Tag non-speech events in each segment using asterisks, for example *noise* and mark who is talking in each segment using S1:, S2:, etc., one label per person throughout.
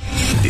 S1: The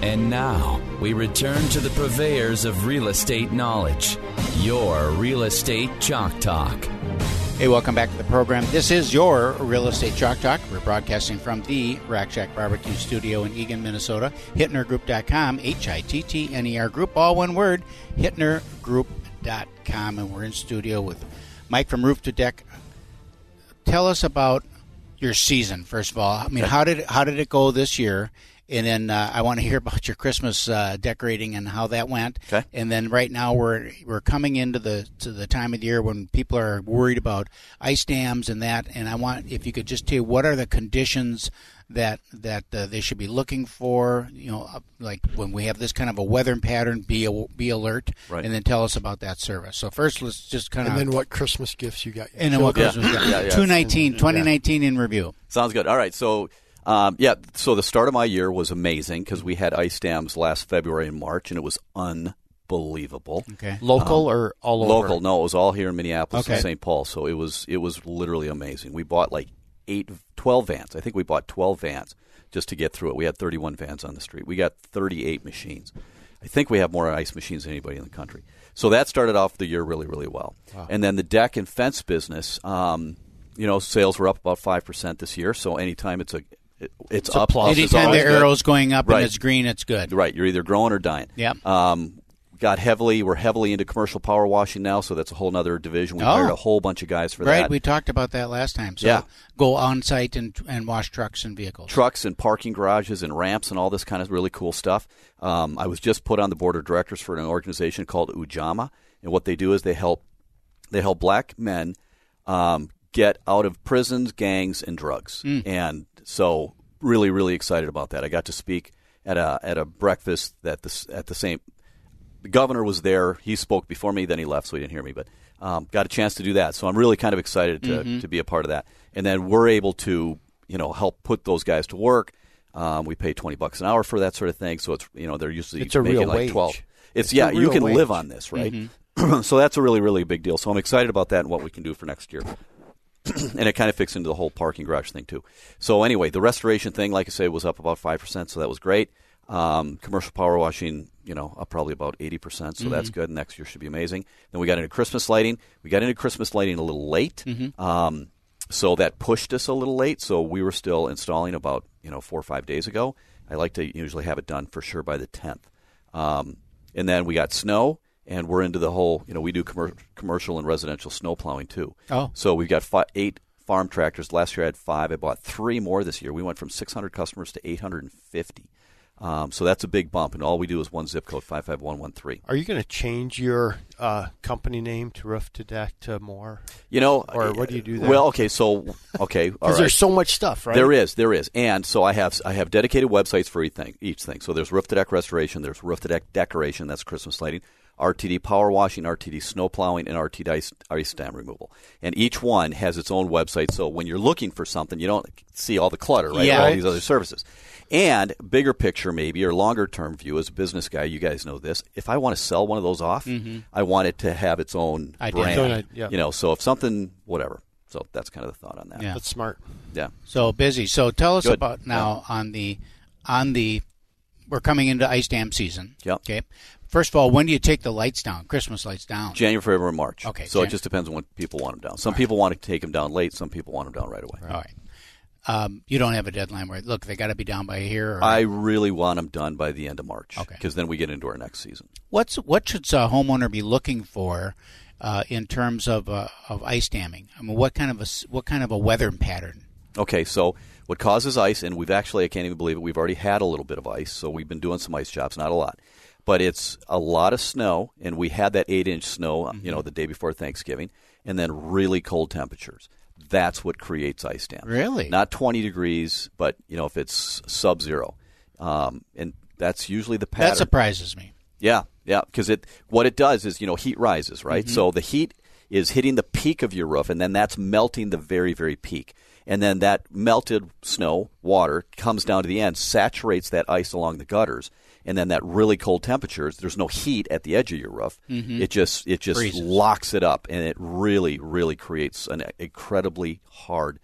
S2: And now we return to the purveyors of real estate knowledge, your real estate chalk talk.
S3: Hey, welcome back to the program. This is your Real Estate Chalk Talk. We're broadcasting from the Rack Shack Barbecue Studio in Eagan, Minnesota. HittnerGroup.com, H I T T N E R Group, all one word, HittnerGroup.com. And we're in studio with Mike from Roof to Deck. Tell us about your season, first of all. I mean, how did how did it go this year? And then uh, I want to hear about your Christmas uh, decorating and how that went.
S4: Okay.
S3: And then right now we're we're coming into the to the time of the year when people are worried about ice dams and that. And I want if you could just tell you what are the conditions that that uh, they should be looking for. You know, uh, like when we have this kind of a weather pattern, be a, be alert.
S4: Right.
S3: And then tell us about that service. So first, let's just kind
S5: And
S3: of
S5: then what Christmas gifts you got? your
S3: and then what
S5: children.
S3: Christmas
S4: Yeah, *clears throat* yeah, yeah.
S3: 2019, 2019 in review.
S4: Sounds good. All right. So, um, yeah. So the start of my year was amazing because we had ice dams last February and March, and it was unbelievable.
S3: Okay.
S6: Local or all over?
S4: Local. No, it was all here in Minneapolis
S3: Okay.
S4: and St. Paul. So it was it was literally amazing. We bought like eight, 12 vans. I think we bought 12 vans just to get through it. We had 31 vans on the street. We got 38 machines. I think we have more ice machines than anybody in the country. So that started off the year really, really well. And then the deck and fence business, um, you know, sales were up about 5% this year. So anytime it's a it- it's, up,
S6: plus.
S4: it's
S3: Anytime the
S4: always good.
S3: arrow's going up
S4: Right.
S3: and it's green, it's good.
S4: Right, you're either growing or dying.
S3: Yep.
S4: Um, got heavily. We're heavily into commercial power washing now, so that's a whole other division. We
S3: Oh.
S4: hired a whole bunch of guys for
S3: Right,
S4: that.
S3: we talked about that last time. So
S4: Yeah.
S3: go on site and and wash trucks and vehicles.
S4: Trucks and parking garages and ramps and all this kind of really cool stuff. Um, I was just put on the board of directors for an organization called Ujama, and what they do is they help they help black men um, get out of prisons, gangs, and drugs.
S3: Mm.
S4: And so, really, really excited about that. I got to speak at a at a breakfast that the s- at the same the governor was there. He spoke before me, then he left, so he didn't hear me. But um, got a chance to do that, so I'm really kind of excited to, to be a part of that. And then we're able to, you know, help put those guys to work. Um, we pay twenty bucks an hour for that sort of thing, so it's you know they're usually
S6: It's a
S4: making
S6: real
S4: like
S6: wage.
S4: twelve. It's,
S6: It's a
S4: yeah, you
S6: real
S4: can
S6: wage.
S4: live on this, right? *clears throat* so that's a really really big deal. So I'm excited about that and what we can do for next year. *clears throat* and it kind of fits into the whole parking garage thing too. So anyway, the restoration thing, like I say, was up about five percent, so that was great. Um, commercial power washing, you know, up probably about eighty percent, so that's good. Next year should be amazing. Then we got into Christmas lighting. We got into Christmas lighting a little late, um, so that pushed us a little late. So we were still installing about you know four or five days ago. I like to usually have it done for sure by the tenth. Um, and then we got snow, and we're into the whole, you know, we do commer- commercial and residential snow plowing too.
S3: Oh.
S4: So we've got fi- eight farm tractors. Last year I had five. I bought three more this year. We went from 600 customers to 850. Um, so that's a big bump, and all we do is one zip code, 55113.
S5: Are you going to change your uh, company name to Roof to Deck to more?
S4: You know,
S5: Or what do you do there?
S4: Well, okay, so,
S5: *laughs*
S4: okay, all
S5: Because
S4: right.
S5: there's so much stuff, right?
S4: There is, there is, and so I have I have dedicated websites for each thing. Each thing. So there's roof to deck restoration. There's roof to deck decoration. That's Christmas lighting. RTD power washing, RTD snow plowing, and RTD ice, ice dam removal. And each one has its own website. So when you're looking for something, you don't see all the clutter, right?
S3: Yeah.
S4: All these other services. And bigger picture, maybe, or longer term view as a business guy, you guys know this. If I want to sell one of those off, I want it to have its own
S3: Identity.
S4: brand.
S5: Mm-hmm. Don't I- yeah.
S4: You know, so if something, whatever. So that's kind of the thought on that.
S3: Yeah.
S5: That's smart.
S4: yeah.
S3: So busy. So tell us
S4: Good.
S3: about now on the on the we're coming into ice dam season.
S4: Yep.
S3: Okay. First of all, when do you take the lights down? Christmas lights down.
S4: January, February, March.
S3: Okay,
S4: So
S3: Jan-
S4: it just depends on when people want them down. Some people want to take them down late. Some people want them down right away.
S3: all right. Um, you don't have a deadline where look they got to be down by here. Or,
S4: I really want them done by the end of March.
S3: Okay.
S4: Because then we get into our next season.
S3: What's what should a homeowner be looking for uh, in terms of uh, of ice damming? I mean, what kind of a s- what kind of a weather pattern?
S4: Okay. So what causes ice, and we've actually, I can't even believe it, we've already had a little bit of ice. So we've been doing some ice jobs, not a lot. But it's a lot of snow, and we had that eight inch snow, uh, you know, the day before Thanksgiving, and then really cold temperatures. That's what creates ice dams.
S3: Really?
S4: Not 20 degrees, but, you know, if it's sub zero. um, and that's usually the pattern.
S3: That surprises me.
S4: Yeah, yeah, because it what it does is you know heat rises, right? So the heat is hitting the peak of your roof, and then that's melting the very very peak, and then that melted snow water comes down to the end, saturates that ice along the gutters, and then that really cold temperatures. There's no heat at the edge of your roof. It just it just
S3: Freezes.
S4: locks it up, and it really really creates an incredibly hard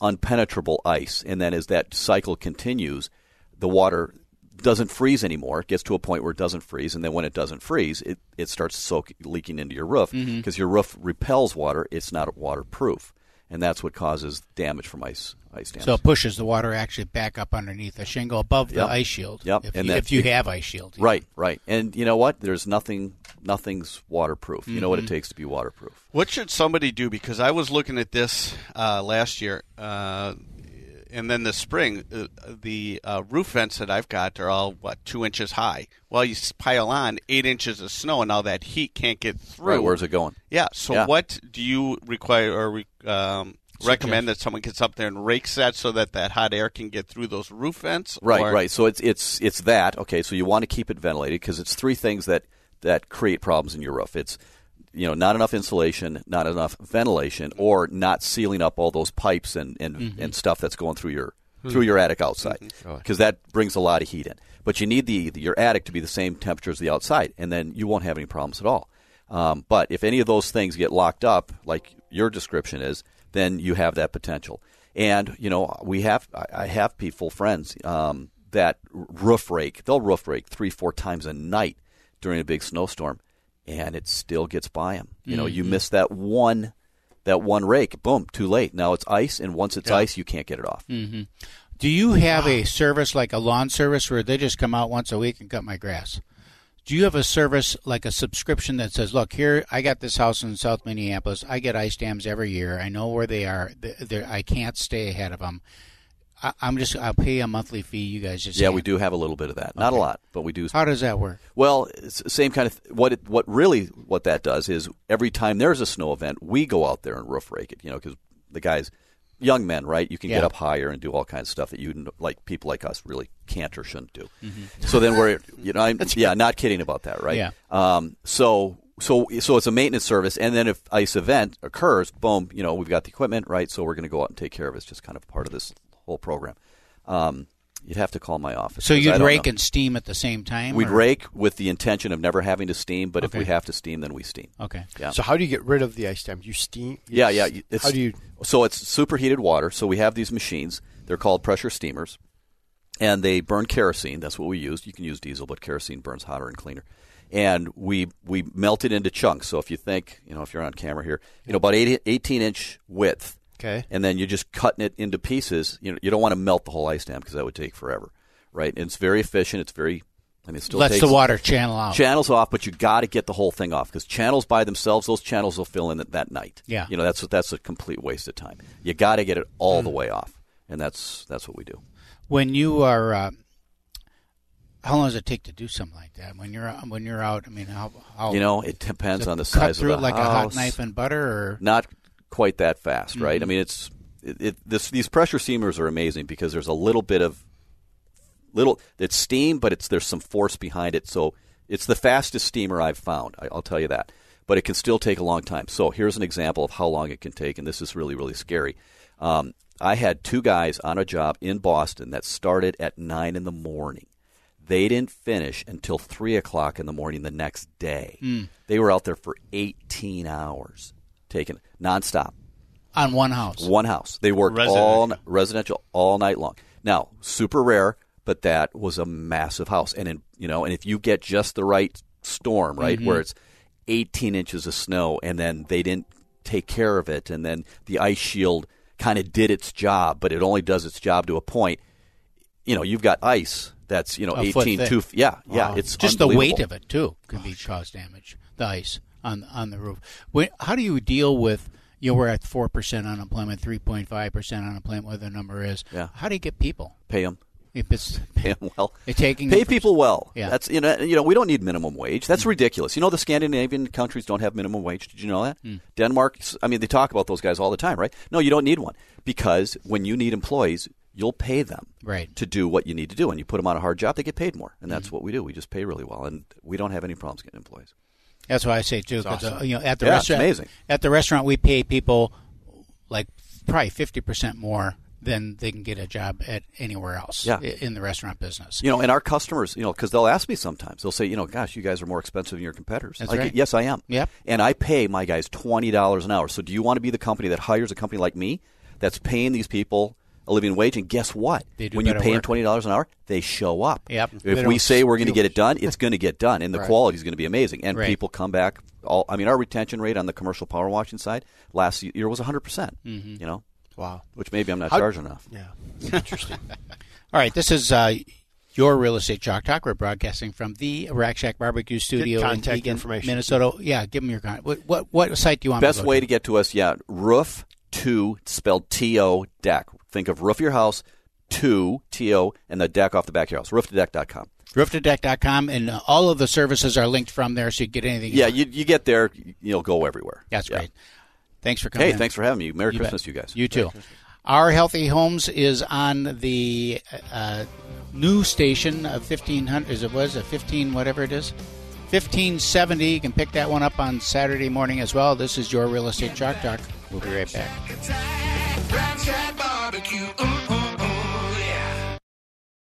S4: unpenetrable ice. And then as that cycle continues, the water doesn't freeze anymore. It gets to a point where it doesn't freeze. And then when it doesn't freeze, it, it starts soak, leaking into your roof because your roof repels water. It's not waterproof. And that's what causes damage from ice ice dams.
S3: So it pushes the water actually back up underneath the shingle above the
S4: Yep.
S3: ice shield.
S4: Yep.
S3: If,
S4: And
S3: you,
S4: that-
S3: if you have ice shield.
S4: right, right. And you know what? There's nothing nothing's waterproof. You know what it takes to be waterproof.
S6: What should somebody do? Because I was looking at this uh, last year, uh, and then this spring, uh, the uh, roof vents that I've got are all what two inches high. Well, you s- pile on eight inches of snow, and all that heat can't get through.
S4: Right, where's it going?
S6: Yeah. So,
S4: Yeah.
S6: what do you require or re- um, recommend that someone gets up there and rakes that so that that hot air can get through those roof vents?
S4: Right,
S6: Or-
S4: right. So it's it's it's that. Okay, so you want to keep it ventilated because it's three things that that create problems in your roof. It's you know not enough insulation, not enough ventilation, or not sealing up all those pipes and and, and stuff that's going through your through your attic outside because that brings a lot of heat in. But you need the, the your attic to be the same temperature as the outside, and then you won't have any problems at all. Um, but if any of those things get locked up, like your description is, then you have that potential. And you know, we have I, I have people friends um, that r- roof rake. They'll roof rake three, four times a night during a big snowstorm, and it still gets by them. You know, you miss that one. That one rake, boom, too late. Now it's ice, and once it's ice, you can't get it off.
S3: Do you have a service like a lawn service where they just come out once a week and cut my grass? Do you have a service like a subscription that says, "Look, here I got this house in South Minneapolis. I get ice dams every year. I know where they are. Th- They're, I can't stay ahead of them. I, I'm just I'll pay a monthly fee. You guys just
S4: Yeah,
S3: hand-
S4: we do have a little bit of that. Not a lot, but we do
S3: How does that work?
S4: Well, it's the same kind of th- what it, what really what that does is every time there's a snow event, we go out there and roof rake it. You know, because the guys, young men, right? You can get
S3: Yeah.
S4: up higher and do all kinds of stuff that you n- like people like us really can't or shouldn't do. So then we're you
S3: *laughs*
S4: know I'm yeah not kidding about that right
S3: Mm-hmm. Yeah.
S4: um so so so it's a maintenance service and then if ice event occurs boom you know we've got the equipment right so we're going to go out and take care of it. it's just kind of part of this whole program. Um, you'd have to call my office.
S3: So
S4: 'cause I
S3: you'd
S4: don't
S3: rake
S4: know.
S3: and steam at the same time.
S4: We'd
S3: or-
S4: rake with the intention of never having to steam, but if we
S3: Okay.
S4: have to steam, then we steam.
S3: Okay.
S4: Yeah.
S5: So how do you get rid of the ice dam? You steam? you
S4: Yeah, yeah.
S5: s-
S4: you- It's,
S5: how do you?
S4: So it's superheated water. So we have these machines. They're called pressure steamers, and they burn kerosene. That's what we used. You can use diesel, but kerosene burns hotter and cleaner. And we we melt it into chunks. So if you think, you know, if you're on camera here, you know, about 80, 18 inch width.
S5: Okay.
S4: And then you're just cutting it into pieces. You know, you don't want to melt the whole ice dam because that would take forever, right? And it's very efficient. It's very, I mean, it still
S3: Lets
S4: takes
S3: the water channel out.
S4: channels off, but you got to get the whole thing off because channels by themselves, those channels will fill in that, that night.
S3: Yeah.
S4: you know that's that's a complete waste of time. You got to get it all
S3: Mm.
S4: the way off, and that's that's what we do.
S3: when you are uh, how long does it take to do something like that when you're when you're out i mean how, how
S4: You know, it depends
S3: does it
S4: on the
S3: Oh. cut
S4: size
S3: through
S4: of
S3: it
S4: the
S3: like a hot
S4: house.
S3: knife and butter or
S4: Not quite that fast, right? I mean, it's it, it, this, these pressure steamers are amazing because there's a little bit of little it's steam, but it's there's some force behind it. So it's the fastest steamer I've found. I, I'll tell you that. But it can still take a long time. So here's an example of how long it can take, and this is really really scary. Um, I had two guys on a job in Boston that started at nine in the morning. They didn't finish until three o'clock in the morning the next day. They were out there for 18 hours, taking nonstop.
S3: on one house
S4: One house. They worked all ni- residential all night long. Now, super rare, but that was a massive house. And in, you know, and if you get just the right storm, right,
S3: Mm-hmm.
S4: where it's 18 inches of snow and then they didn't take care of it and then the ice shield kind of did its job, but it only does its job to a point. You know, you've got ice that's, you know,
S3: A foot
S4: 18
S3: thick.
S4: two yeah, yeah, it's
S3: just the weight
S4: unbelievable.
S3: of it too can be cause damage the ice on on the roof when, how do you deal with you know, we're at four percent unemployment, three point five percent unemployment, whatever the number is.
S4: Yeah.
S3: How do you get people?
S4: Pay 'em.
S3: If
S4: *laughs*
S3: it's
S4: pay 'em well.
S3: You're taking
S4: pay
S3: it from-
S4: people well.
S3: Yeah.
S4: That's you know you know we don't need minimum wage. That's ridiculous. You know the Scandinavian countries don't have minimum wage. Did you know that?
S3: Hmm.
S4: Denmark. I mean they talk about those guys all the time, right? No, you don't need one because when you need employees, you'll pay them
S3: Right. Hmm.
S4: to do what you need to do. And you put them on a hard job, they get paid more. And that's what we do. We just pay really well, and we don't have any problems getting employees.
S3: That's why I say too. 'cause, uh, you know, at the
S4: Yeah, it's
S3: restaurant,
S4: amazing.
S3: At the restaurant, we pay people like probably fifty percent more than they can get a job at anywhere else.
S4: Yeah.
S3: i- in the restaurant business.
S4: You know, and our customers, you know, because they'll ask me sometimes, they'll say, you know, gosh, you guys are more expensive than your competitors.
S3: That's
S4: like,
S3: right.
S4: yes, I am.
S3: Yep.
S4: And I pay my guys twenty dollars an hour. So, do you want to be the company that hires a company like me that's paying these people a living wage? And guess what?
S3: They do
S4: when you
S3: better
S4: pay them
S3: work.
S4: twenty dollars an hour, they show up.
S3: Yep. They
S4: If we
S3: don't
S4: say we're going to get it done, it's going to get
S3: *laughs*
S4: done, and the quality is going to be amazing. And
S3: Right.
S4: people come back. All I mean, our retention rate on the commercial power washing side last year was hundred percent.
S3: Mm-hmm.
S4: You know,
S5: Wow.
S4: which maybe I'm not charging enough.
S5: Yeah.
S3: All right, this is uh, your real estate chalk talk. We're broadcasting from the Rack Shack Barbecue Studio in
S5: contact
S3: Eagan,
S5: information.
S3: Minnesota. Yeah, give them your contact. What, what what site do you want?
S4: Best
S3: me to go
S4: way
S3: to?
S4: to get to us, yeah, roof two spelled T O deck. Think of roof of your house, two T O, and the deck off the back of your house. Roof to deck.com.
S3: rooftodeck.com, and uh, all of the services are linked from there, so you get anything.
S4: Yeah,
S3: you want.
S4: you, you get there, you'll go everywhere.
S3: that's
S4: Yeah.
S3: great. Thanks for coming.
S4: Hey,
S3: in.
S4: thanks for having me. Merry
S3: You
S4: Christmas,
S3: bet.
S4: you guys.
S3: You too. Our Healthy Homes is on the uh, new station of fifteen hundred. Is it was a fifteen whatever it is, fifteen seventy. You can pick that one up on Saturday morning as well. This is your real estate chalk talk. We'll be right back.
S7: Rack Shack Barbecue. Ooh.